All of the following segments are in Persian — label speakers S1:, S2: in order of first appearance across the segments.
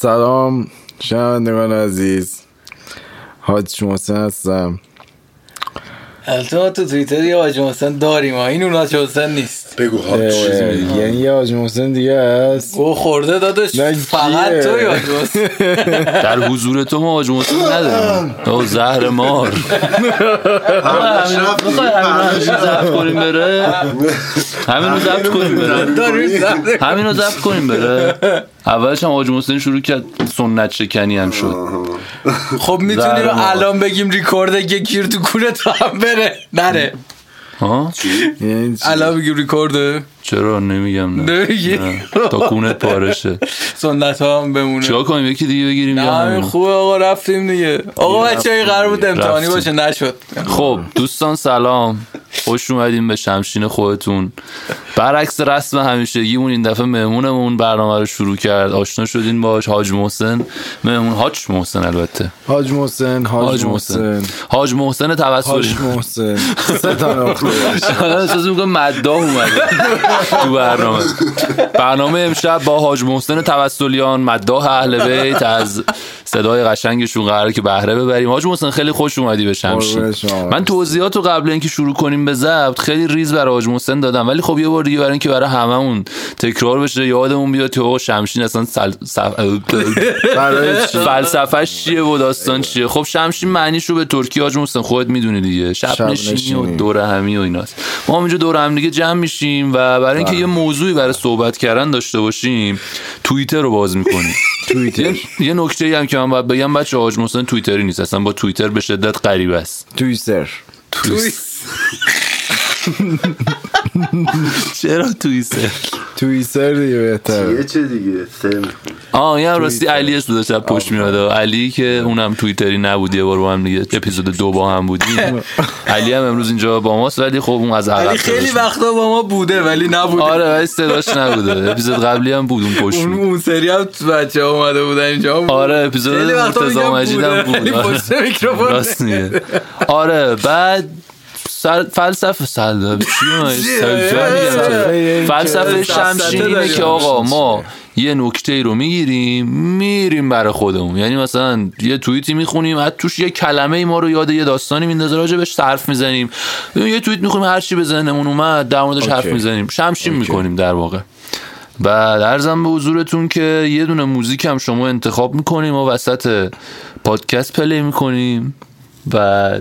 S1: سلام شنوندگان عزیز حاج محسن هستم
S2: البته ما تو توییتر یه حاج محسن داریم ها این اون حاج محسن نیست
S3: بگو ها چیزی
S1: اه،
S3: بگو.
S1: یعنی یه حاج محسن دیگه هست
S2: او خورده داداش
S1: نه، کیه؟
S2: فقط توی حاج محسن
S4: در حضور تو ما حاج محسن نداریم او زهر مار
S3: همین شب
S4: می‌خوای همین رو ضبط کنیم بره همین رو ضبط کنیم بره
S2: داریم زده.
S4: همین رو ضبط کنیم بره اولش هم حاج محسن شروع کرد سنت شکنی هم شد
S2: خب میتونی رو
S4: زهر مار.
S2: الان بگیم ریکورد یه گیر تو کولت هم بره نره
S4: ها
S1: یعنی چی؟
S2: الان بگیم ریکورده
S4: چرا نمیگم نه
S2: نمیگی
S4: تا کونت پارشه
S2: سنت ها هم بمونه
S4: چیکار کنیم یکی دیگه بگیریم
S2: نه
S4: یا
S2: همین
S4: همین؟
S2: خوبه آقا رفتیم دیگه آقا بچه های قرار بود امتحانی
S4: رفتیم.
S2: باشه نشد
S4: خب دوستان سلام خوش اومدیم به شمشین خودتون برعکس رسم همیشگیمون این دفعه مهمونمون برنامه رو شروع کرد آشنا شدین باش حاج محسن مهمون حاج محسن البته
S1: حاج محسن حاج
S4: حاج
S1: محسن
S4: محسن حاج محسن توسلی
S1: حاج محسن سه تا نقطه
S4: الان احساس میکنم آره، مداح اومده تو برنامه برنامه امشب با حاج محسن توسلیان مداح اهل بیت از صدای قشنگشون قراره که بهره ببریم حاج محسن خیلی خوش اومدی به
S1: قربون
S4: شمشین
S1: شما.
S4: من توضیحات رو قبل اینکه شروع کنیم به ضبط خیلی ریز برای حاج محسن دادم ولی خب یه بار دیگه برای اینکه برای هممون تکرار بشه یادمون بیاد که آقا شمشین اصلا سل... سف-
S1: برای چی؟
S4: فلسفهش چیه و داستان چیه خب شمشین معنیش رو به ترکی حاج محسن خودت میدونی دیگه شب نشینی
S1: شب‌نشینی.
S4: و دور همی و ایناست ما هم اینجا دور هم دیگه جمع میشیم و برای اینکه یه موضوعی برای صحبت کردن داشته باشیم توییتر رو باز میکنیم
S1: توییتر
S4: یه نکته هم که من باید بگم بچه حاج محسن توییتری نیست اصلا با توییتر به شدت غریب است
S1: توییتر
S4: چرا توییتر
S1: توییتر دیگه بهتره
S3: یه چه دیگه سه می‌خوام.
S4: آه یه هم راستی علی اسم داشت از پشت میاد علی که اونم توییتری نبود یه بار با هم دیگه اپیزود دو با هم بودیم علی هم امروز اینجا با ماست ولی خب اون از عقب
S2: علی خیلی
S4: صداش-
S2: وقتا با ما بوده ولی نبوده
S4: آره ولی صداش نبوده اپیزود قبلی هم بود اون پشت
S2: اون
S4: بود.
S2: اون سری هم بچه ها اومده بودن اینجا هم
S4: آره اپیزود
S2: خیلی وقتا
S4: مرتضی
S2: میگم
S4: مجید هم
S2: بوده
S4: بود
S2: ولی
S4: آره.
S2: پشت میکروفون
S4: راست میگه آره بعد سل... فلسفه سل... چی من؟ سلجم میگم.
S1: صفحه این که-
S2: سفسطه
S4: فلسفه شمشین اینه
S2: داریم.
S4: که آقا ما یه نکته ای رو میگیریم میریم برای خودمون یعنی مثلا یه توییتی میخونیم از توش یه کلمه ای ما رو یاد یه داستانی میندازه راجبش حرف میزنیم یه توییت میخونیم هر چی به ذهنمون اومد در موردش حرف
S1: اوکی.
S4: میزنیم شمشین میکنیم در واقع بعد ارزم به حضورتون که یه دونه موزیک هم شما انتخاب میکنیم ما وسط پادکست پلی میکنیم و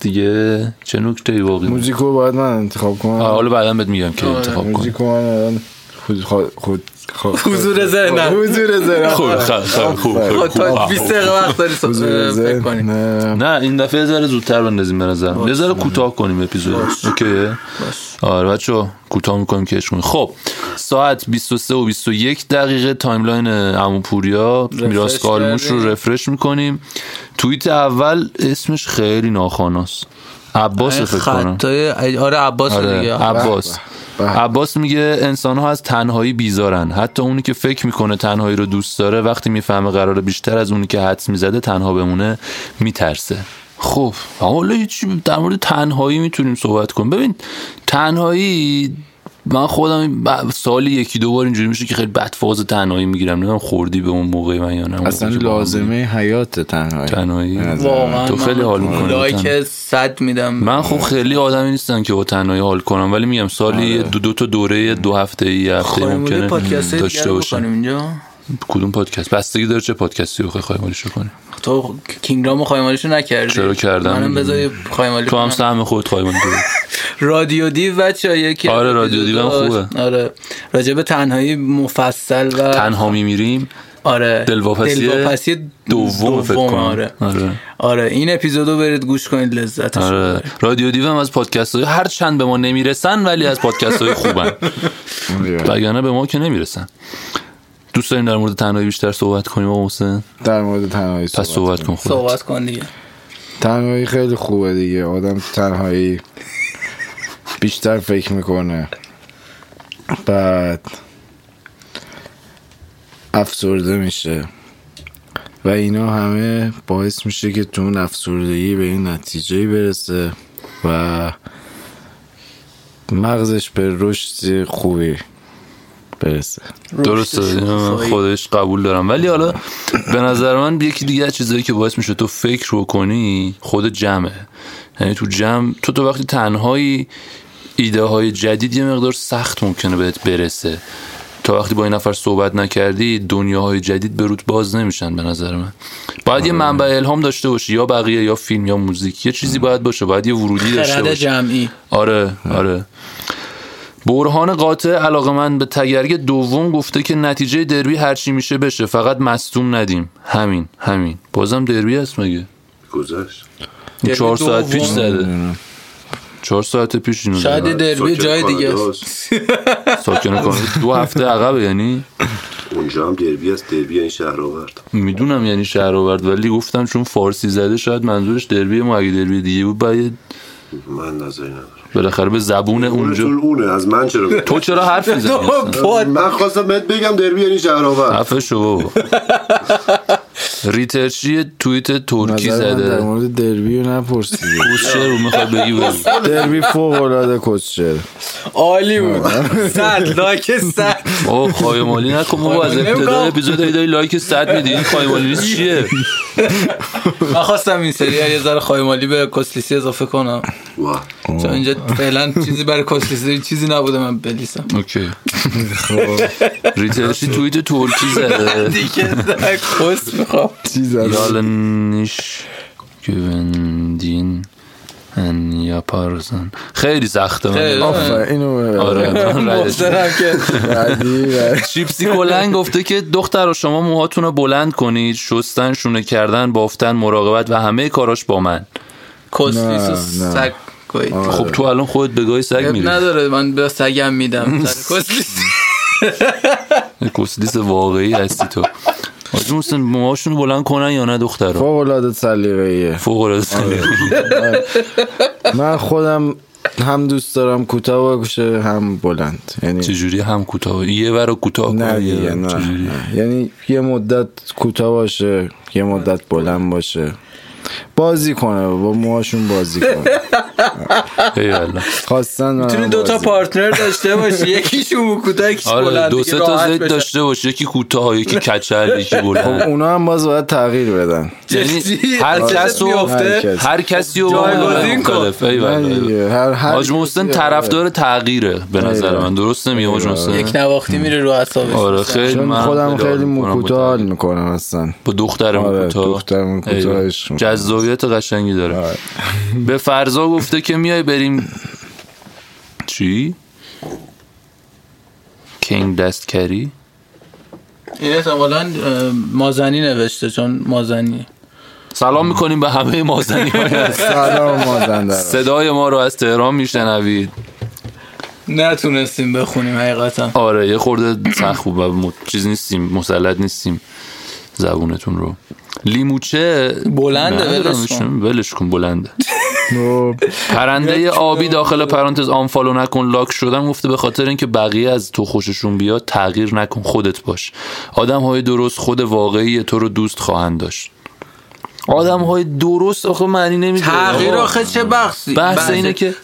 S4: دیگه چه نکته واقعی
S1: موزیکو باید من انتخاب
S4: آه،
S1: کنم
S4: حالا بعدا بهت میگم که انتخاب کنی
S1: موزیکو من الان خود خود خود
S2: حضور ذهنم.
S1: حضور
S4: خب،
S1: ذهنم
S4: خب، خب، خب،
S1: آفرین.
S2: خب،
S4: خب،
S2: تا
S4: خب.
S2: 20 دقیقه وقت داری سا-
S1: حضور
S2: فکر کنی
S1: ذهنم
S4: نه این دفعه یه ذره زودتر بندازیم به نظرم یه ذره کوتاه کنیم اپیزود اوکی آره بچه کوتاه میکنیم که کنیم خب ساعت 23 و 21 دقیقه تایملاین عمو پوریا میراث کارموش رو
S2: کردیم.
S4: رفرش میکنیم توییت اول اسمش خیلی ناخواناست عباس فکر کنم
S2: آره، خطای آره عباس
S4: آره،
S2: دیگه
S4: عباس
S1: به.
S4: عباس میگه انسان ها از تنهایی بیزارن حتی اونی که فکر میکنه تنهایی رو دوست داره وقتی میفهمه قراره بیشتر از اونی که حدس میزده تنها بمونه میترسه خب حالا یه چی در مورد تنهایی میتونیم صحبت کنیم ببین تنهایی من خودم ب- سالی یکی دو بار اینجوری میشه که خیلی بد فاز تنهایی میگیرم نمیدونم خوردی به اون موقع من یا نه اون
S1: اصلا
S4: موقع که با هم بودیم.
S1: لازمه حیات تنهایی
S4: تنهایی
S1: به نظر.
S2: واقعا
S4: تو خیلی
S2: من
S4: حال می‌کنی با
S2: لایک
S4: تنهایی.
S2: صد میدم
S4: من خب خیلی آدمی نیستم که با تنهایی حال کنم ولی میگم سالی دو دو تا دوره دو هفته ای یه هفته
S2: آره. خب
S4: ای
S2: خانم بودی
S4: ممکنه
S2: پادکست دیگه
S4: داشته
S2: رو
S4: باشم
S2: بکنیم اینجا
S4: کدوم پادکست بستگی داره چه پادکستی رو خواهی خواهی کنی
S2: تو کینگرام و خایمالیشو نکردی
S4: چرا کردم؟
S2: منم بذاری خایمالی
S4: تو هم
S2: کنم.
S4: سهم خود خواهی مالی کنی
S2: رادیو دیو بچه ها یکی
S4: آره،
S2: از
S4: رادیو دیو هم
S2: اپیزوداش. آره راجب تنهایی مفصل و
S4: تنها میمیریم
S2: آره
S4: دلواپسی
S2: دلواپسی
S4: دوم فکر کنم
S2: آره
S4: آره.
S2: آره این اپیزودو برید گوش کنید لذتش آره.
S4: آره رادیو دیو هم از پادکست های هر چند به ما نمیرسن ولی از پادکست های خوبن وگرنه به ما که نمیرسن دوست داریم در مورد تنهایی بیشتر صحبت کنیم آقا حسین
S1: در مورد تنهایی
S4: پس صحبت
S1: کنیم.
S4: کن خودت
S2: صحبت کن دیگه
S1: تنهایی خیلی خوبه دیگه آدم تو تنهایی بیشتر فکر میکنه بعد افسرده میشه و اینا همه باعث میشه که تو اون افسردگی به این نتیجه برسه و مغزش به رشد خوبی برسه
S4: درسته اینو من خودش قبول دارم ولی حالا به نظر من یکی دیگه از چیزایی که باعث میشه تو فکر بکنی خود جمعه یعنی تو جمع تو تو وقتی تنهایی ایده های جدید یه مقدار سخت ممکنه بهت برسه تا وقتی با این نفر صحبت نکردی دنیاهای جدید به روت باز نمیشن به نظر من باید یه منبع الهام داشته باشی یا بقیه یا فیلم یا موزیک یه چیزی باید باشه باید یه ورودی داشته
S2: خرد
S4: باشی
S2: جمعی
S4: آره آره برهان قاطع علاقه من به تگرگ دوم گفته که نتیجه دربی هرچی میشه بشه فقط مستوم ندیم همین همین بازم دربی هست مگه
S3: گذشت
S4: این چهار ساعت
S2: دوم.
S4: پیش زده چهار ساعت پیش اینو
S2: شاید یه
S4: زده.
S2: دربی
S3: ساکن
S2: جای دیگه است.
S3: کاناداست.
S4: ساکن کانادا. دو هفته عقبه یعنی
S3: اونجا هم دربی است دربی این شهر آورد
S4: میدونم یعنی شهر آورد ولی گفتم چون فارسی زده شاید منظورش دربی ما اگه دربی دیگه بود باید
S3: من نظری ندارم
S4: بالاخره به زبون اونجا
S3: اونجا اونه از من چرا می‌گی؟
S4: تو چرا حرف میزنی
S2: تو پاد
S3: من خواستم بهت بگم دربی این شهر آورد
S4: خفه شو بابا ریترچی توییت ترکی
S1: نظر من در
S4: زده
S1: مورد دربی رو نپرسیدی
S4: کوشر رو میخواد بگی بگو
S1: دربی فوق العاده کسچر
S2: عالی بود
S4: آره.
S2: صد لایک صد
S4: بابا خایمالی نکن بابا از
S2: خایمالی
S4: ابتدای
S2: نکن.
S4: اپیزود داری داری لایک صد میدی این خایمالی نیست چیه
S2: من خواستم این سری یه ذره خایمالی به کسلیسی اضافه کنم
S3: واه.
S4: خب.
S2: چون اینجا فعلا چیزی برای کسلیسی چیزی نبوده من بلیسم
S4: اوکی ریترچی توییت ترکی زده
S2: دیگه نه، کس میخوام
S1: چیز از
S4: یالنیش گوندین ان یا پارسان خیلی سخته
S2: خیلی.
S4: من
S1: آفر اینو
S4: آره من ردش می‌کنم.
S2: مفترم که
S1: بعدی و
S4: چیپسی کلنگ گفته که دختر شما موهاتون رو بلند کنید شستن شونه کردن بافتن مراقبت و همه کاراش با من
S2: کسلیس و
S1: نه، نه.
S2: سگ کوی.
S1: آره.
S4: خب تو الان خودت به گای سگ
S2: عیب
S4: میری
S2: نداره من به سگم میدم سر کسلیس
S4: کسلیس واقعی هستی تو حاجی محسن موهاشون رو بلند کنن یا نه دختر
S1: فوق العاده سلیقه‌ایه
S4: فوق
S1: آره،
S4: العاده
S1: من خودم هم دوست دارم کوتاه باشه هم بلند یعنی
S4: چجوری هم کوتاه یه ور رو کوتاه
S1: نه
S4: کنی، یه
S1: دیگه
S4: ور
S1: نه
S4: چجوری؟
S1: نه. یعنی یه مدت کوتاه باشه یه مدت بلند باشه بازی کنه با موهاشون بازی کنه
S4: ایوالله.
S1: خواستن منم
S2: میتونی دوتا
S1: بازی.
S2: پارتنر داشته باشی یکیشون کوتاه یکیش
S4: آره
S2: بلند
S4: دو
S2: دیگه
S4: سه تا
S2: راحت
S4: زد
S2: بشن.
S4: داشته باشه یکی کوتاه یکی کچل یکی
S1: خب،
S4: بلند
S1: اونا هم باز باید تغییر بدن
S4: یعنی
S2: چی؟
S4: هر کس رو
S2: آره. می‌افته؟
S1: هر کس.
S4: هر کسی رو
S2: جایگزین کن.
S4: مختلف. ایوالله،
S1: نه
S4: ایوالله.
S1: دیگه. هر هر
S4: حاج محسن
S1: کسی-
S4: طرفدار تغییره به نظر
S1: آره.
S4: من درست نمیگه حاج محسن
S2: یک نواختی میره رو اعصابش
S4: آره خیلی
S1: چون
S4: من
S1: خودم
S4: خیلی
S1: خیلی
S4: حال می‌کنم با
S1: کوتاه حال
S4: تغییر.
S1: میکنم اصلا
S4: با دخترم
S1: آره،
S4: کوتاه
S1: دخترم کوتاه
S4: ایوه.
S1: عشق می‌کنم. آره.
S4: جذابیت قشنگی داره به فرزا گفته که میای بریم چی کینگ دستکری
S2: این احتمالا اه، مازنی نوشته چون مازنی
S4: سلام میکنیم به همه مازنی
S1: سلام مازندران
S4: صدای ما رو از تهران میشنوید
S2: نتونستیم بخونیم حقیقتا
S4: آره یه خورده سخت بود و م- چیز نیستیم مسلط نیستیم زبونتون رو لیموچه
S2: بلنده،
S4: نه،
S2: ولش
S4: ولش
S2: کن.
S4: کن. ولش کن بلنده
S1: خب.
S4: پرنده آبی داخل پرانتز آنفالو نکن لاک شدم گفته به خاطر اینکه بقیه از تو خوششون بیاد تغییر نکن خودت باش آدم های درست خود واقعی تو رو دوست خواهند داشت آدم های درست آخه معنی نمیده
S2: تغییر
S4: آقا.
S2: آخه چه بخشی
S4: بحث
S2: بحث
S4: اینه که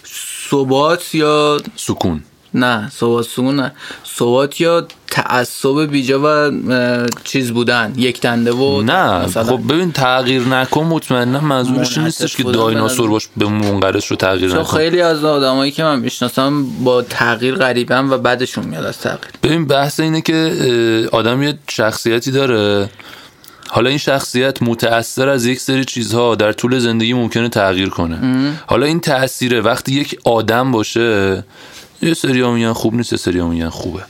S2: ثبات یا
S4: سکون
S2: نه ثبات سکون نه ثبات یا تعصب بیجا و اه، چیز بودن یک دنده و
S4: نه
S2: مثلا.
S4: خب ببین تغییر نکن مطمئنا منظورش این نیستش
S2: منعطف
S4: که
S2: بودن
S4: دایناسور
S2: به
S4: باش به منقرض رو تغییر
S2: چون
S4: نکن
S2: خیلی از آدمایی که من میشناسم با تغییر غریبم و بعدشون میاد از تغییر
S4: ببین بحث اینه که اه، آدم یه شخصیتی داره حالا این شخصیت متأثر از یک سری چیزها در طول زندگی ممکنه تغییر کنه حالا این تأثیره وقتی یک آدم باشه یه سری میگن خوب نیست یه سری میگن خوبه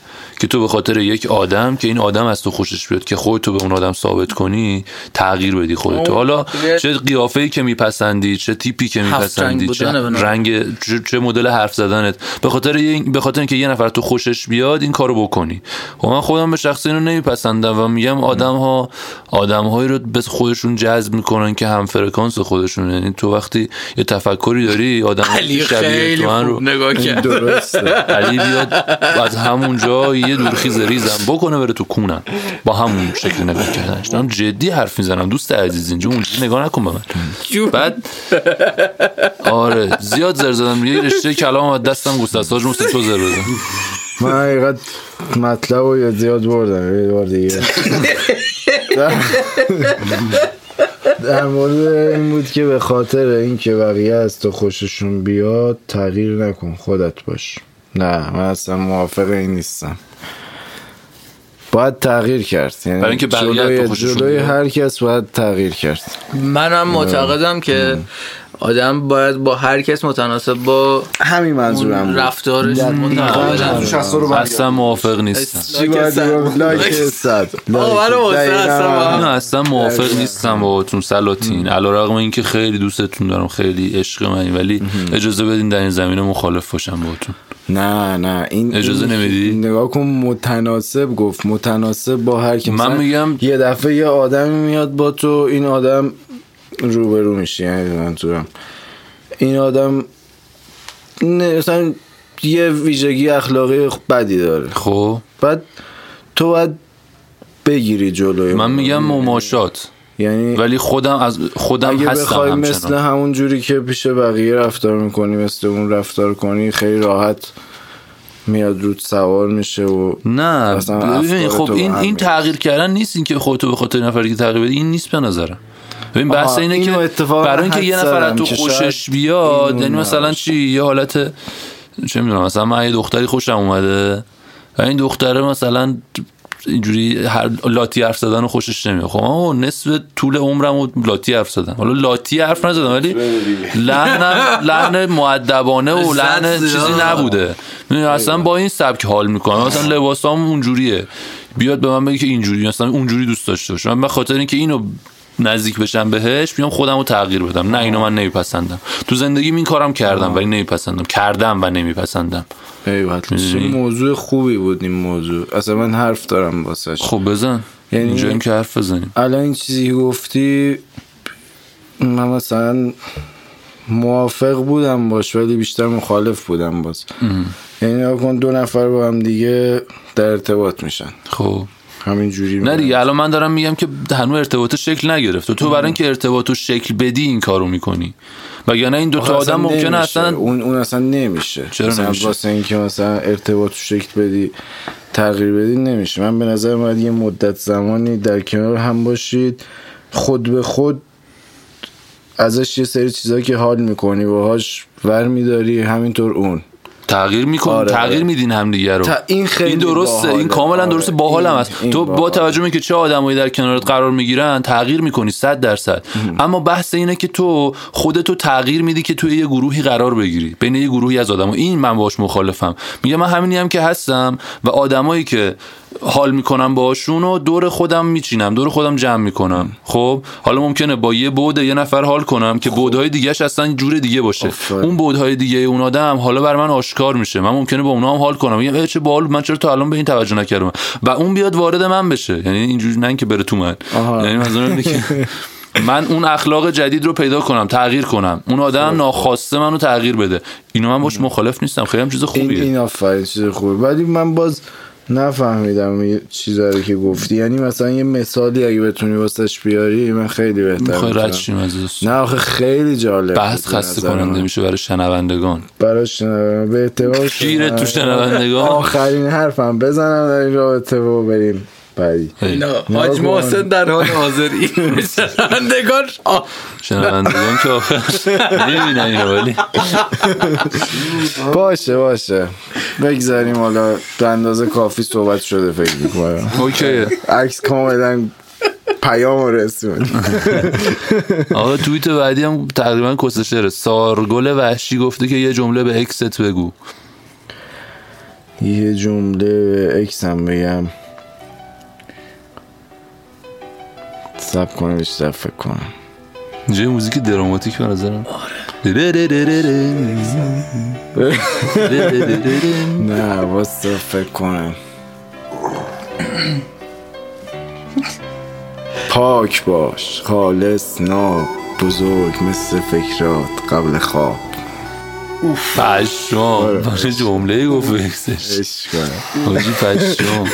S4: که تو به خاطر یک آدم که این آدم از تو خوشش بیاد که خودتو به اون آدم ثابت کنی تغییر بدی خودتو حالا
S2: دیگه-
S4: چه قیافه‌ای که میپسندی چه تیپی که
S2: رنگ
S4: میپسندی چه
S2: بودنه به نظر
S4: رنگ چه, چه مدل حرف زدنت به خاطر یه- به خاطر اینکه یه نفر تو خوشش بیاد این کارو بکنی و من خودم به شخص اینو نمیپسندم و میگم آدم ها آدم هایی رو به خودشون جذب میکنن که هم فرکانس خودشون یعنی تو وقتی یه تفکری داری آدم
S2: علی
S4: شبیه
S2: خیلی
S4: تو هم
S2: خوب
S4: رو
S2: نگاه کرد
S1: درسته
S4: علی بیاد از همونجا یه دورخیز ریزم بکنه بره تو کونم با همون شکل نگاه کردنش دارم جدی حرف میزنم دوست عزیز اینجا اونجا نگاه نکن به من
S2: جون.
S4: بعد آره زیاد زر زدم یه رشته کلام از دستم گسست حاج محسن تو زر بزن
S1: من حقیقت مطلب رو یاد زیاد بردم یه بار دیگه در- در مورد این بود که به خاطر اینکه بقیه از تو خوششون بیاد تغییر نکن خودت باش نه من اصلا موافق این نیستم باید تغییر کرد یعنی
S4: برای اینکه بقیه
S1: جلوی,
S4: تو خوششون
S1: جلوی
S4: بیاد.
S1: هر کس باید تغییر کرد
S4: آره.
S2: منم معتقدم که آدم باید با هر کس متناسب با
S1: همین منظورم
S2: اون
S1: بود
S2: رفتارش
S1: دقیقاً
S2: متعادل
S1: همین.
S5: شصت رو برگرد.
S4: اصلا موافق نیستم
S1: چی باید
S2: لایک
S1: بگم؟
S2: صد.
S1: لایک صد.
S2: آه،
S1: لایک.
S2: من رو واسه
S1: دقیقاً
S2: اصلا با هم.
S4: نه اصلا موافق نیستم باهاتون سلاطین علیرغم اینکه خیلی دوستتون دارم خیلی عشق منی ولی اجازه بدین در این زمینه مخالف باشم باهاتون
S1: نه نه این
S4: اجازه
S1: این-
S4: نمیدی؟
S1: نگاه کن متناسب گفت متناسب با هر کی
S4: من
S1: مثلا
S4: میگم-
S1: یه دفعه یه آدمی میاد با تو این آدم روبرو میشه یعنی منظورم این آدم نه، مثلا یه ویژگی اخلاقی بدی داره
S4: خب
S1: بعد تو باید بگیری جلوی
S4: من
S1: اون.
S4: میگم مماشات
S1: یعنی
S4: ولی خودم از خودم
S1: اگه
S4: هستم
S1: بخوای
S4: همچنان
S1: مثل همون جوری که پیش بقیه رفتار میکنی مثل اون رفتار کنی خیلی راحت میاد رود سوار میشه و
S4: نه
S1: خب. اصلا
S4: ببین
S1: افکار
S4: خب
S1: تو به
S4: این
S1: هم
S4: این
S1: می‌ریزه.
S4: تغییر کردن نیست این که خودتو به خاطر نفری که تغییر بدی این نیست به نظرم ببین
S1: آها،
S4: بحث اینه
S1: اینو
S4: که
S1: اتفاقا
S4: برای اینکه
S1: حد
S4: یه نفر از
S1: زدم
S4: تو
S1: که
S4: خوشش
S1: شاید
S4: بیاد
S1: این
S4: یعنی مثلا
S1: نباشه.
S4: چی یه حالت چه میدونم مثلا من یه دختری خوشم اومده و این دختره مثلا اینجوری هر لاتی حرف زدن رو خوشش نمیاد خب آه نصف طول عمرم و لاتی حرف زدم حالا لاتی حرف نزدم ولی لحنم لحن معدبانه و لحن
S2: زد زیاد.
S4: چیزی نبوده می‌دونی، اصلا با این سبک حال میکنم مثلا لباسام اونجوریه بیاد به من بگه که اینجوری مثلا اونجوری دوست داشته باشه من به خاطر اینکه اینو نزدیک بشم بهش بیام خودم رو تغییر بدم نه اینو من نمیپسندم تو زندگیم این کارم کردم ولی نمیپسندم کردم و نمیپسندم
S1: ایوه چه
S4: می‌دونی؟
S1: موضوع خوبی بود این موضوع اصلا من حرف دارم واسه
S4: خب بزن
S1: یعنی-
S4: اینجاییم که حرف بزنیم
S1: الان این چیزی که گفتی من مثلا موافق بودم باش ولی بیشتر مخالف بودم باز یعنی نگاه کن دو نفر با هم دیگه در ارتباط میشن
S4: خب بله.
S1: همین جوری
S4: نه
S1: میرن.
S4: دیگه الان من دارم میگم که هنوز ارتباط شکل نگرفته تو برای اینکه ارتباط شکل بدی این کارو میکنی وگرنه این دو تا
S1: اصلا
S4: آدم ممکنه
S1: نمیشه.
S4: اصلا
S1: اون اون اصلا نمیشه
S4: چرا
S1: مثلا
S4: نمیشه؟
S1: واسه اینکه مثلا ارتباط رو شکل بدی تغییر بدی نمیشه من به نظر من باید یه مدت زمانی در کنار هم باشید خود به خود ازش یه سری چیزا که حال میکنی باهاش ور میداری همینطور اون
S4: تغییر میکن
S1: آره.
S4: تغییر میدین همدیگه رو
S1: ت- این خیلی
S4: این درسته
S1: باحاله.
S4: این کاملا
S1: آره.
S4: درسته باحالم
S1: این-
S4: است
S1: این
S4: تو با
S1: باحاله.
S4: توجه به که چه آدمایی در کنارت قرار میگیرن تغییر میکنی 100 درصد اما بحث اینه که تو خودتو تغییر میدی که توی یه گروهی قرار بگیری بین یه گروهی از آدما این من باش مخالفم میگم من همینی هم که هستم و آدمایی که حال میکنم باشون و دور خودم میچینم دور خودم جمع میکنم خب حالا ممکنه با یه بود یه نفر حال کنم که بودهای دیگهش اصلا جور دیگه باشه
S1: خب. آفرین.
S4: اون بودهای دیگه اون آدم حالا بر من آشکار میشه من ممکنه با اونا هم حال کنم میگم اه، چه باحال بود، من چرا تا الان به این توجه نکردم و اون بیاد وارد من بشه یعنی اینجوری نه اینکه بره تو من
S1: آها.
S4: یعنی منظورم اینه که من اون اخلاق جدید رو پیدا کنم تغییر کنم اون آدم ناخواسته منو تغییر بده اینو من باش مخالف نیستم خیلی هم چیز
S1: این
S4: خوبیه
S1: این آفرین چیز خوبه ولی من باز نفهمیدم یه چیزا رو که گفتی یعنی مثلا یه مثالی اگه بتونی واسش بیاری من خیلی بهتر
S4: میخوای
S1: می‌فهمم.
S4: رد شیم از دوست.
S1: نه آخه خیلی جالب
S4: بحث
S1: بود به
S4: خسته
S1: نظر
S4: کننده
S1: من.
S4: میشه برای شنوندگان
S1: برای شنوندگان به اعتبار
S4: گیرت
S2: آره.
S4: تو شنوندگان
S1: آخرین حرفم بزنم در این رابطه و بریم بعدی
S4: هی.
S2: نه حاج محسن در حال حاضر این شنوندگان آه.
S4: شنوندگان که آخر نمیبینن اینو ولی
S1: باشه باشه بگذاریم حالا به اندازه کافی صحبت شده فکر میکنم
S4: اوکی
S1: عکس کاملا پیام رو رسوند
S4: آقا توییت بعدی هم تقریبا کسشره سارگل وحشی گفته که یه جمله به اکست بگو
S1: یه جمله اکسم بگم سب کنه بیشتر فکر کنم
S4: جای موزیک دراماتیک به نظرم
S2: آره.
S1: نه واسه فکر کنم پاک باش خالص ناب بزرگ مثل فکرات قبل خواب
S4: پشمام
S2: آره.
S4: باشه جمله گفت به اکسش
S1: عشق کنم.
S4: حاجی پشمام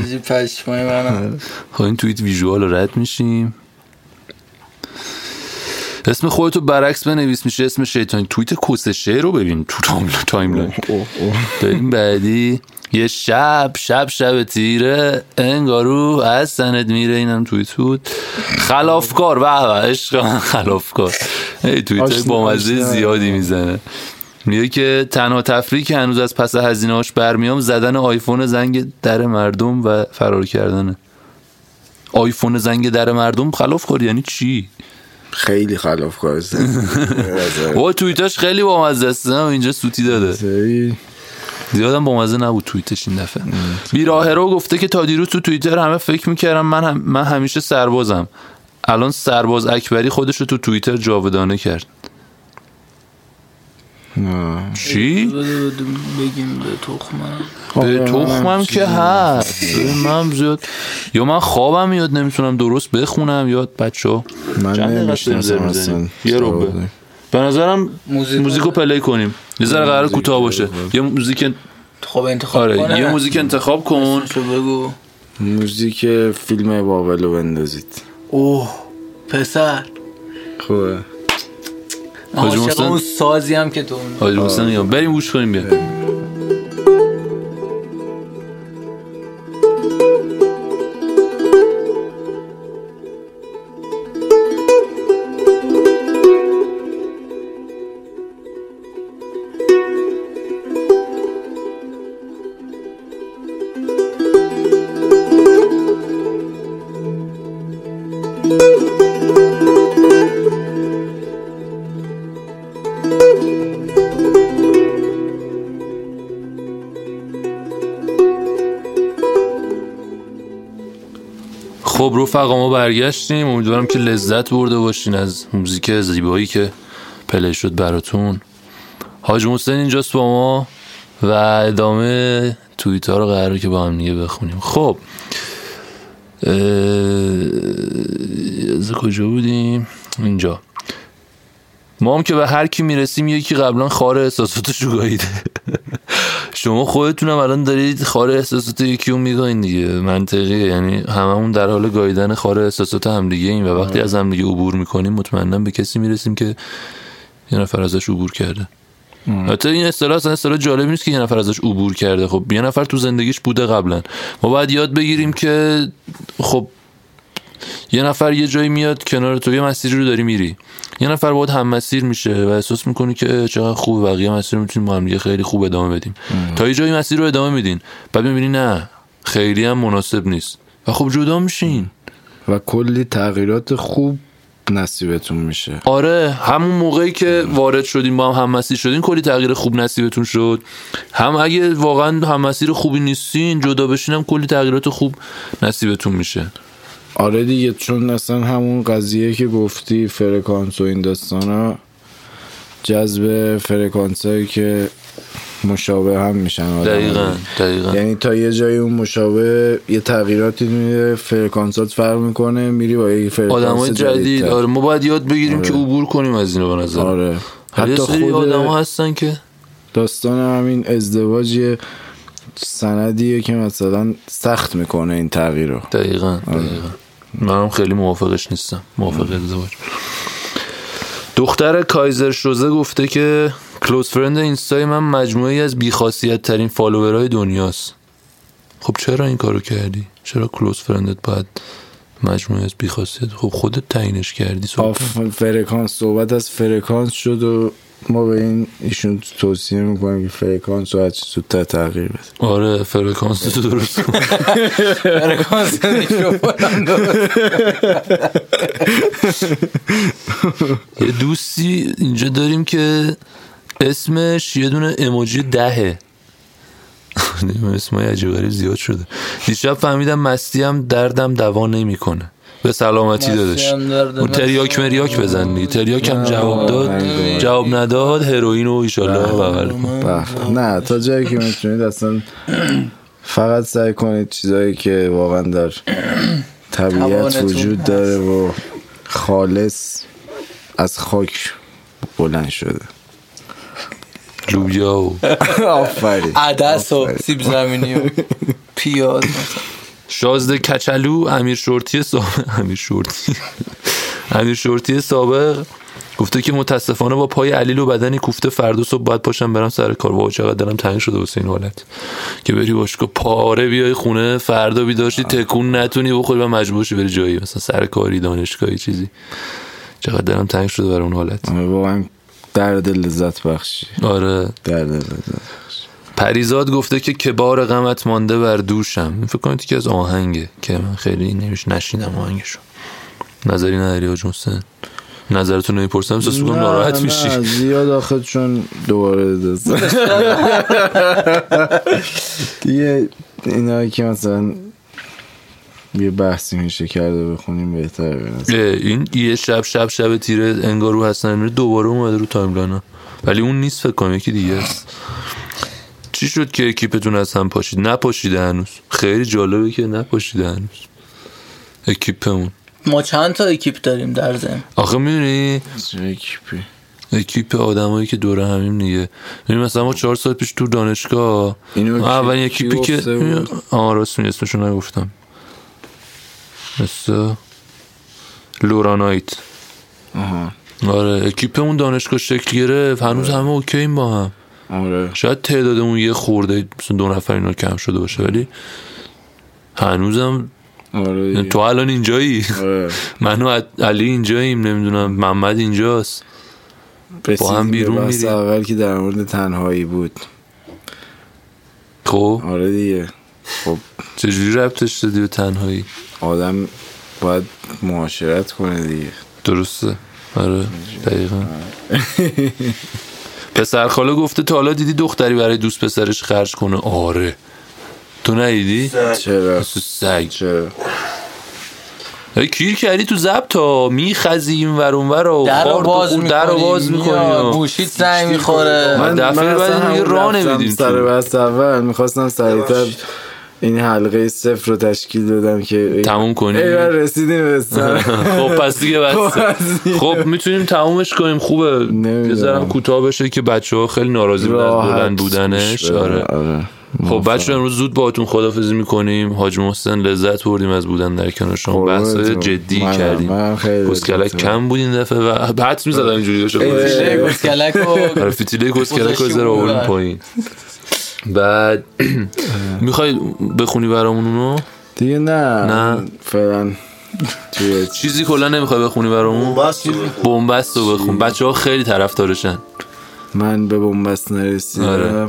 S2: حاجی پشمای
S4: آره.
S2: منم
S4: خب این توییت ویژوال رو رد میشیم اسم خودتو برعکس بنویس میشه اسم شیطانی توییت کس شعر رو ببین تو تایم- تایملاین بریم بعدی یه شب شب شب تیره انگارو از سنت میره اینم توییت بود خلافکار به به عشق من خلافکار ای توییت
S1: آشنا-
S4: بامزه
S1: آشنا.
S4: زیادی میزنه میگه که تنها تفریحی که هنوز از پس هزینهاش برمیام زدن آیفون زنگ در مردم و فرار کردنه آیفون زنگ در مردم خلافکار یعنی چی؟
S1: خیلی خلاف کار
S4: با توییتاش خیلی بامزه است نه؟ اینجا سوتی داده زیادم با مزه نبود توییتش این دفعه بیراه رو گفته که تا دیروز تو توییتر همه فکر میکردم من, هم من همیشه سربازم الان سرباز اکبری خودش رو تو توییتر جاودانه کرد چی؟
S2: بگیم به تخمه
S4: به تخمم که هست به من زیاد یا من خوابم میاد نمیتونم درست بخونم یا بچه ها
S1: من نمیشناسم اصلا
S4: یه روبه به نظرم
S2: موزیک-
S4: موزیک رو پلی کنیم یه ذره قرار کوتاه باشه یه موزیک
S2: خب انتخاب
S4: آره
S2: کنه.
S4: یه موزیک انتخاب کن
S2: اسمشو بگو
S1: موزیک فیلم بابلو بندازید
S2: اوه پسر
S1: خوبه
S4: حاجی
S2: عاشق
S4: محسن؟
S2: اون سازی هم که تو
S4: حاج محسن آره، یا بریم گوش کنیم بیا خب رفقا ما برگشتیم امیدوارم که لذت برده باشین از موزیک زیبایی که پلی شد براتون حاج محسن اینجاست با ما و ادامه توییت ها رو قراره که با هم دیگه بخونیم خب اه، از کجا بودیم اینجا ما هم که به هر کی میرسیم یکی قبلا خار احساساتشو گاهیده شما خودتونم الان دارید خار احساسات یکی رو میگاین دیگه منطقیه یعنی هممون در حال گاییدن خار احساسات همدیگه این و وقتی از همدیگه عبور میکنیم مطمئنا به کسی میرسیم که یه نفر ازش عبور کرده حتی این اصطلاح اصلا اصطلاح جالبی نیست که یه نفر ازش عبور کرده خب یه نفر تو زندگیش بوده قبلا ما باید یاد بگیریم که خب یه نفر یه جایی میاد کنار تو یه مسیری رو داری میری یه نفر باید هم مسیر میشه و احساس میکنی که اه، چقدر خوبه بقیه مسیر رو میتونیم با هم دیگه خیلی خوب ادامه بدیم تا یه جایی مسیر رو ادامه میدین بعد میبینی نه خیلی هم مناسب نیست و خب جدا میشین
S1: و کلی تغییرات خوب نصیبتون میشه
S4: آره همون موقعی که وارد شدیم با هم هممسیر شدین کلی تغییر خوب نصیبتون شد هم اگه واقعا هممسیر خوبی نیستین جدا بشین هم کلی تغییرات خوب نصیبتون میشه
S1: آره دیگه چون اصلا همون قضیه که گفتی فرکانس و این داستان ها جذب فرکانس هایی که مشابه هم میشن آدم.
S4: دقیقا دقیقا
S1: یعنی تا یه جایی اون مشابه یه تغییراتی میده فرکانسات فرق میکنه میری با یه فرکانس
S4: آدمای جدید
S1: جدیدتر.
S4: آره ما باید یاد بگیریم که عبور کنیم از اینا به نظر
S1: آره
S4: حتی
S1: حتی
S4: سری
S1: خود
S4: آدما هستن که
S1: داستان همین ازدواج یه سندیه که مثلا سخت میکنه این تغییر رو
S4: دقیقا
S1: آره.
S4: دقیقا منم خیلی موافقش نیستم موافق ازدواج دختر کایزر شوزه گفته که کلوز فرند اینستای من مجموعه از بیخاصیت ترین فالوورهای دنیاست خب چرا این کارو کردی چرا کلوز فرندت باید مجموعه از بیخاصیت خب خودت تعیینش کردی صحبت
S1: آف فرکانس صحبت از فرکانس شد و ما به این ایشون توصیه میکنیم که فرکانس رو هرچی زودتر تغییر بده
S4: آره فرکانس تو درست کن آره،
S2: فرکانس میکروفونم درست.
S4: یه دوستی اینجا داریم که اسمش یه دونه اموجی دهه اسمای عجیب غریب زیاد شده دیشب فهمیدم مستی هم دردم دوا نمیکنه به سلامتی
S2: مستی
S4: دادش
S2: هم دردم
S4: اون تریاک مریاک بزن دیگه. تریاک هم جواب داد
S1: آه.
S4: جواب نداد هروئین و ایشالله بغل کن
S1: بخ بله. نه تا جایی که میتونید اصلا فقط سعی کنید چیزایی که واقعا در طبیعت
S2: توانتون
S1: وجود
S2: هست.
S1: داره و خالص از خاک بلند شده
S4: لوبیا و
S1: آفرین
S2: عدس و سیب زمینی و پیاز مثلا.
S4: شازده کچلو امیر شورتی سابق امیر شورتی امیر شورتی سابق گفته که متاسفانه با پای علیل و بدنی کوفته فردا صبح باید پاشم برم سر کار و چقدر دلم تنگ شده واسه این حالت که بری باشگاه پاره بیای خونه فردا بیداشتی تکون نتونی بخوری و مجبور شی بری جایی مثلا سر کاری دانشگاهی چیزی چقدر دلم تنگ شده برای اون حالت
S1: واقعا درد لذت بخشی
S4: آره
S1: درد لذت
S4: پریزاد گفته که کبار غمت مانده بر دوشم این فکر کنید که از آهنگه که من خیلی نمیش نشینم آهنگشو نظری نداری حاج حسین نظرتون رو میپرسم سس میکنم ناراحت
S1: نه،
S4: میشی
S1: نه، زیاد آخه چون دوباره دست دیگه اینا که مثلا یه بحثی میشه کرده بخونیم بهتره به نظر.
S4: اه، این یه شب شب شب تیره انگار رو حسن امیری دوباره اومده رو تایملاین ها ولی اون نیست فکر کنم یکی دیگه است چی شد که اکیپتون از هم پاشید نپاشیده هنوز خیلی جالبه که نپاشیده هنوز اکیپمون
S2: ما چند تا اکیپ داریم در زمین
S4: آخه میدونی
S1: چه اکیپی.
S4: اکیپ آدمایی که دوره همیم دیگه ببین مثلا ما چهار سال پیش تو دانشگاه
S1: اینو کی-
S4: اولین
S1: کی
S4: اکیپی که
S1: گفته بود؟
S4: آه راست میگی اسمشو نگفتم مثل لورانایت
S1: آها
S4: آره اکیپمون دانشگاه شکل گرفت هنوز همه اوکییم با هم
S1: آره
S4: شاید تعدادمون یه خورده مثلا دو نفر اینا کم شده باشه ولی هنوزم
S1: آره دیگه.
S4: یعنی تو الان اینجایی
S1: آره.
S4: من و علی اینجاییم نمیدونم محمد اینجاست
S1: رسیدیم
S4: هم
S1: به
S4: بیرون
S1: بحث
S4: میریم.
S1: اول که در مورد تنهایی بود
S4: خب
S1: آره دیگه خب
S4: چجوری ربطش دادی به تنهایی
S1: آدم باید معاشرت کنه دیگه
S4: درسته آره دقیقا پسر خاله گفته تا حالا دیدی دختری برای دوست پسرش خرج کنه آره تو ندیدی؟
S1: چرا
S4: تو سگ
S1: چرا
S4: ای، کیر کردی تو زب تا میخزی این ور اون ور و
S2: خب، در
S4: خار
S2: رو
S4: تو
S2: باز خب،
S4: خون، در رو باز میکنی
S2: گوشیت زنگ میخوره
S4: من دفعه بعد
S1: اصلا
S4: دیگه
S1: همون
S4: راه
S1: رفتم
S4: نمیدیم
S1: سر
S4: تو.
S1: بحث اول میخواستم سریعتر این حلقه صفر رو تشکیل بدم که
S4: تموم کنی.
S1: ای آره. بابا، رسیدیم به سر
S4: خب پس دیگه بسه خب میتونیم تمومش کنیم خوبه
S1: نمیدونم.
S4: یه ذرم کوتاه بشه که بچه ها خیلی ناراضی بودن از
S1: راحت
S4: بلند بودنش
S1: گوش بده.
S4: آره
S1: آره
S4: خب بچه امروز زود باهاتون خدافزی میکنیم حاج محسن لذت بردیم از بودن در کنار شما بحث
S1: قربونتون.
S4: جدی
S1: منم-
S4: کردیم
S1: منم خیلی
S4: گسکلک
S1: لذت بردم.
S4: کم بود این دفعه و حدس میزدم اینجوری داشته
S2: خب،
S1: اه.
S4: بود.
S2: گسکلک و
S4: آره فتیله گسکلک رو
S2: گذاشتی
S4: زر آوردیم
S2: اونور.
S4: پایین بعد میخوای بخونی برامون اونو
S1: دیگه نه
S4: نه.
S1: فعلا توی
S4: چیزی کلا نمیخوای بخونی برامون
S3: بس
S4: بنبست رو بخون بچه ها خیلی طرفدارشن
S1: من به بنبست نرسیدم
S4: آره.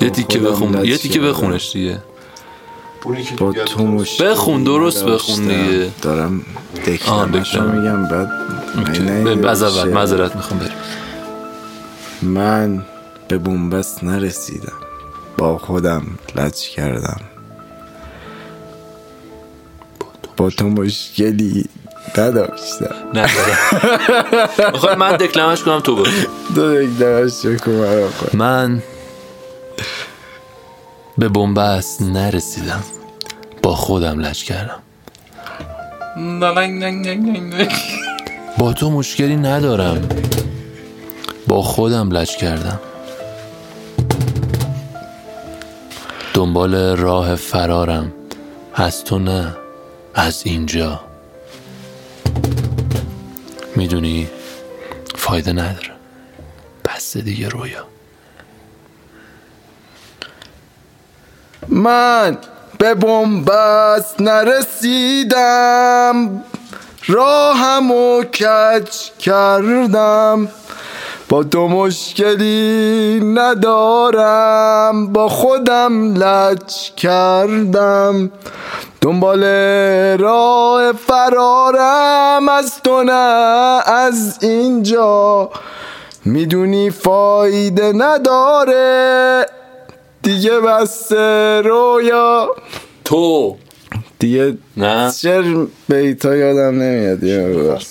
S4: یه تیکه
S1: خب، خودم
S4: بخون
S1: لج
S4: یه تیکه
S1: کردم.
S4: بخونش دیگه
S3: اونی که
S1: با
S3: دیگه
S1: تو مشکلی
S4: بخون، درست
S1: نداشتم.
S4: بخون دیگه.
S1: دارم
S4: آه،
S1: دکلمشو
S4: دکلم.
S1: میگم بعد نه، نه،
S4: از اول
S1: شعر.
S4: معذرت میخوام بریم
S1: من به بنبست نرسیدم با خودم لج کردم با تو مشکلی نداشتم
S4: نه میخوای من دکلمش کنم تو بخون
S1: دو دکلمش رو کمرا کن
S4: من به بنبست نرسیدم با خودم لج کردم با تو مشکلی ندارم با خودم لج کردم دنبال راه فرارم از تو نه از اینجا میدونی فایده نداره بس دیگه رویا
S1: من به بنبست نرسیدم راهمو کج کردم با تو مشکلی ندارم با خودم لج کردم دنبال راه فرارم از تو نه از اینجا میدونی فایده نداره دیگه بس رویا
S4: تو
S1: دیگه
S4: نه
S1: شعر بیتا یادم نمیاد یه مقدار.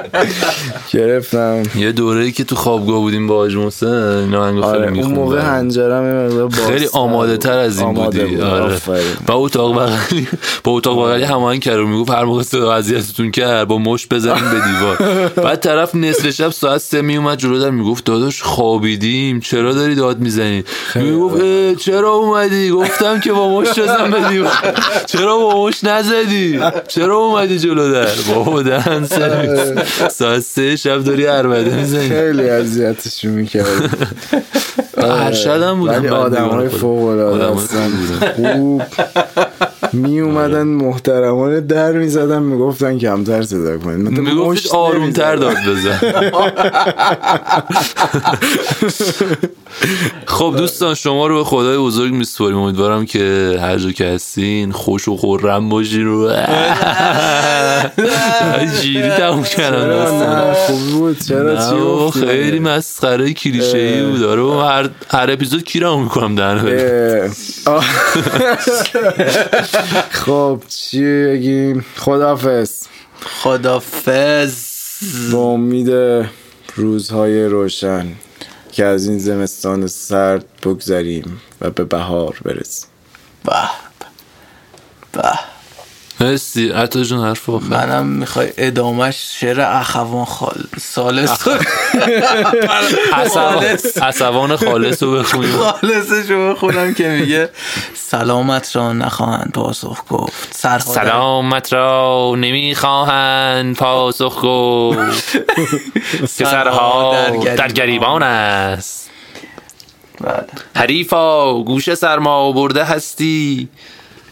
S1: گرفتم
S4: یه دوره که تو خوابگاه بودیم با آج محسن اینا هنگا خیلی
S1: آره اون
S4: می‌خوندن.
S1: موقع هنجرم یه مقدار بازتر
S4: خیلی آماده تر از این
S1: آماده
S4: بودی
S1: بود،
S4: آره.
S1: آفرین. آره.
S4: با اتاق بغلی با اتاق بغلی هماهنگ کرد و میگفت هر موقع صدا اذیتتون کرد با مش بزنیم به دیوار بعد طرف نصف شب ساعت سه میومد جلو در میگفت داداش
S1: آره.
S4: خوابیدیم چرا داری داد میزنی میگفت اه، چرا اومدی گفتم که با مش بزنیم بزن بدی چرا با اوش نزدی چرا اومدی جلو در بابا دهن سرویس
S1: آره.
S4: ساعت سه شب داری عربده میزنی
S1: خیلی اذیتش میکرد
S4: ارشد هم بودم
S1: ولی
S4: بنده
S1: آدم های
S4: خدا.
S1: فوق العاده
S4: آدم‌های
S1: هستن خوب می
S4: آره.
S1: اومدن محترمانه در میزدن میگفتن کمتر صدا کنید مثل
S4: میگفتش
S1: مشت
S4: آرومتر
S1: نمی‌زدن.
S4: داد بزن خب دوستان شما رو به خدای بزرگ میسپاریم امیدوارم که هر جا که هستین خوش و خورم باشین رو جیری تموم کردم داستان.
S1: نه خوب بود چرا چی
S4: نه بابا،
S1: گفتی؟
S4: خیلی مسخره کلیشه ای بود آره بابا، هر هر اپیزود کیرم میکنم دهن
S1: اه، آه. خب چی بگیم خدافز
S2: خدافز
S1: با امید روزهای روشن که از این زمستان سرد بگذریم و به بهار برسیم
S2: به به
S4: مرسی عطا جون حرف آخر
S2: منم میخوای ادامش شعر اخوان خال سالس
S4: عصبان-
S2: خالص.
S4: عصبان خالص رو بخونیم
S2: خالصش رو بخونم که میگه سلامت را نخواهند پاسخ گفت سرها در-
S4: سلامت را نمیخواهند پاسخ گفت که سرها
S2: در گریبان.
S4: در گریبان است
S2: بله.
S4: حریفا گوشه سرما برده هستی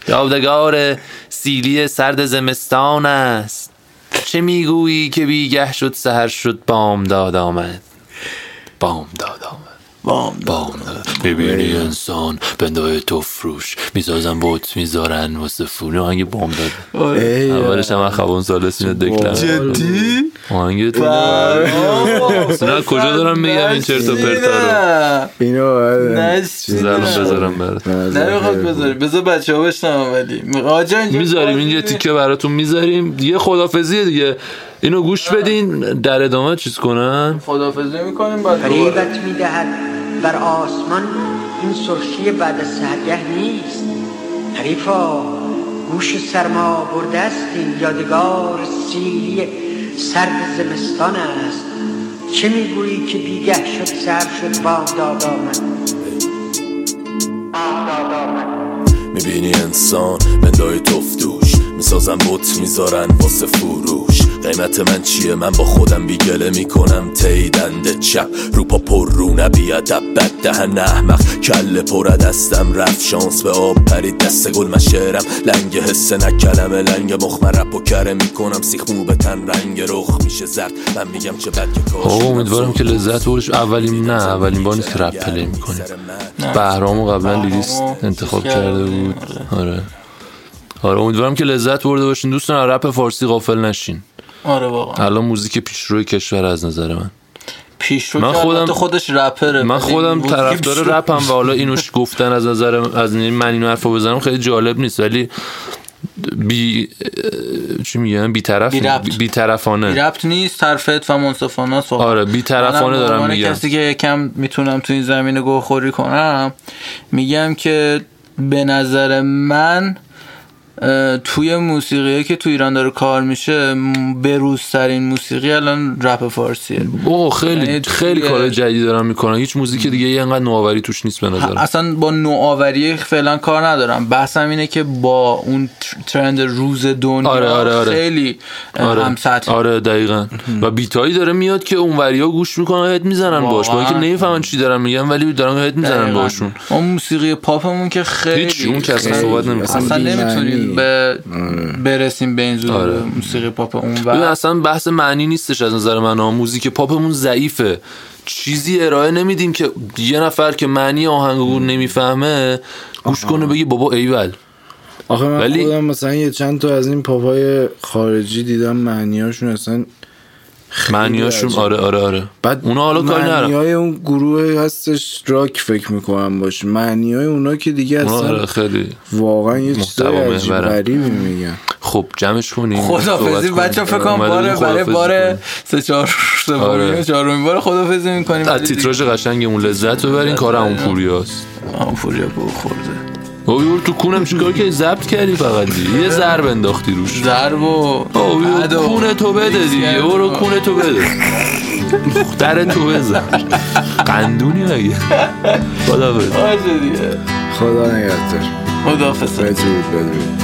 S4: یادگار سیلی سرد زمستان است چه میگویی که بیگه شد سهر شد بامداد آمد بامداد آمد
S2: بام
S4: بام میبینی انسان بنده تو فروش میسازن بوت میذارن واسه فونی آهنگ بام داد
S1: ای
S4: اولش هم اخوان سالس اینو دکلم
S2: جدی بله.
S4: آهنگ سینا کجا دارم میگم این چرت و پرتا
S1: اینو باید-
S4: رو
S2: نشیدم.
S4: زرم بذارم برات
S2: بله.
S1: به نظر
S2: نمیخواد
S1: خیلی
S2: بذاری بذار بچه ها بشنم ولی آجا اینجا
S4: میذاریم این یه تیکه براتون میذاریم یه خدافزیه دیگه اینو گوش
S2: بله.
S4: بدین در ادامه چیز کنن
S2: خدافزی میکنیم
S5: آره.
S2: بعد دوباره.
S5: فریبت میدهد بر آسمان این سرخی بعد از سهرگه نیست حریفا گوش سرما برده است این یادگار سیری سرد زمستان است چه میگویی که بیگه شد سر شد بامداد آمد
S6: میبینی انسان مندای توفتوش میسازن بوت میذارن واسه فروش قیمت من چیه من با خودم بیگله میکنم تیدند چپ رو پا پر رو نبیادب بد دهن احمق کل پر دستم رفت شانس به آب پرید دست گل من شعرم لنگ حس نه کلمه لنگ مخ من رپ و کره میکنم سیخمو به تن رنگ رخ میشه زرد من میگم چه بد که کاش
S4: آقا خب، امیدوارم که لذت برش اولین نه اولین بار نیست که رپ پلی
S6: یعنی
S4: میکنیم بهرامو قبلا لیلیست انتخاب
S2: چیز کرده
S4: کرده بود آره آره امیدوارم که لذت برده باشین دوستان از رپ فارسی غافل نشین
S2: آره واقعا
S4: الان موزیک پیشروی کشور از نظر من
S2: پیش رو
S4: من
S2: که
S4: خودم-
S2: البته خودش رپره
S4: من
S2: ولی
S4: خودم
S2: موزیک
S4: طرفدار
S2: رو-
S4: رپم و حالا اینوش گفتن از نظر از این من این حرفو بزنم خیلی جالب نیست ولی بی اه، چی میگن بی طرف
S2: بی ربط.
S4: بی طرفانه
S2: بی ربط نیست طرفت و منصفانه است واقعا.
S4: آره بی طرفانه
S2: منم به
S4: دارم
S2: عنوان
S4: میگم
S2: کسی که یکم میتونم تو این زمینه گوخوری کنم میگم که به نظر من اه، توی موسیقی که تو ایران داره کار میشه م- بروزترین موسیقی الان رپ فارسیه
S4: اوه خیلی
S2: یعنی
S4: خیلی
S2: توی-
S4: کارهای جدید دارم میکنن هیچ موزیک دیگه اینقدر نوآوری توش نیست به نظرم
S2: اصلا با نوآوری فعلا کار ندارم بحثم اینه که با اون تر- ترند روز دنیا
S4: آره، آره، آره.
S2: خیلی اه، هم سطح
S4: آره دقیقا و بیتایی داره میاد که اونوریا گوش میکنن هد میزنن باش با اینکه
S2: واقعاً.
S4: نمیفهمن چی دارن میگن ولی دارن هد میزنن
S2: دقیقاً.
S4: باشون
S2: اون موسیقی پاپمون که خیلی
S4: هیچ اون که اصلا
S1: خیلی.
S4: صحبت نمیکنه
S2: اصلا
S1: بی‌معنی.
S2: نمیتونیم به برسیم به این زودی
S4: آره.
S2: به موسیقی پاپ اون
S4: ببین
S2: و
S4: اصلا بحث معنی نیستش از نظر من ها. موزیک پاپمون ضعیفه چیزی ارائه نمیدیم که یه نفر که معنی آهنگو نمیفهمه گوش کنه بگی بابا ایول
S1: آخه من
S4: ولی-
S1: خودم مثلا یه چند تا از این پاپای خارجی دیدم معنیاشون اصلا خیلی
S4: معنیاشون
S1: عجیب.
S4: آره آره آره
S1: بعد
S4: اونا حالا کاری
S1: معنی
S4: ندارم
S1: های اون گروه هستش راک فکر میکنم باشه معنی های اونا که دیگه
S4: اونا
S1: اصلا
S4: آره خیلی
S1: واقعا یه چیزای
S4: محتوا
S1: عجیب
S4: محورن.
S1: غریبی میگن
S4: خب جمعش کنیم صحبت
S2: خدافزی
S4: کنیم.
S2: بچه فکر کنم
S4: اومدیم
S2: باره برای
S4: خداحافظی
S2: باره
S4: کنیم.
S2: سه چهار
S4: آره.
S2: سومین چهارمین بار خدافزی میکنیم
S4: از تیتراژ قشنگمون لذت ببرین کار همون پوریاست
S2: آمپوریا بو خورده
S4: بابی برو تو کونم چیکار که ضبط کردی فقط دیگه. یه ضرب انداختی روش
S2: ضرب و
S4: بابی
S2: عد
S4: برو
S2: و-
S4: کونه تو بده دیگه برو کونه تو بده دختر تو بزن قندونی مگه خدا بده
S2: آجه دیگه
S1: خدا نگهدار
S2: خداحافظ
S1: بدرود بدرود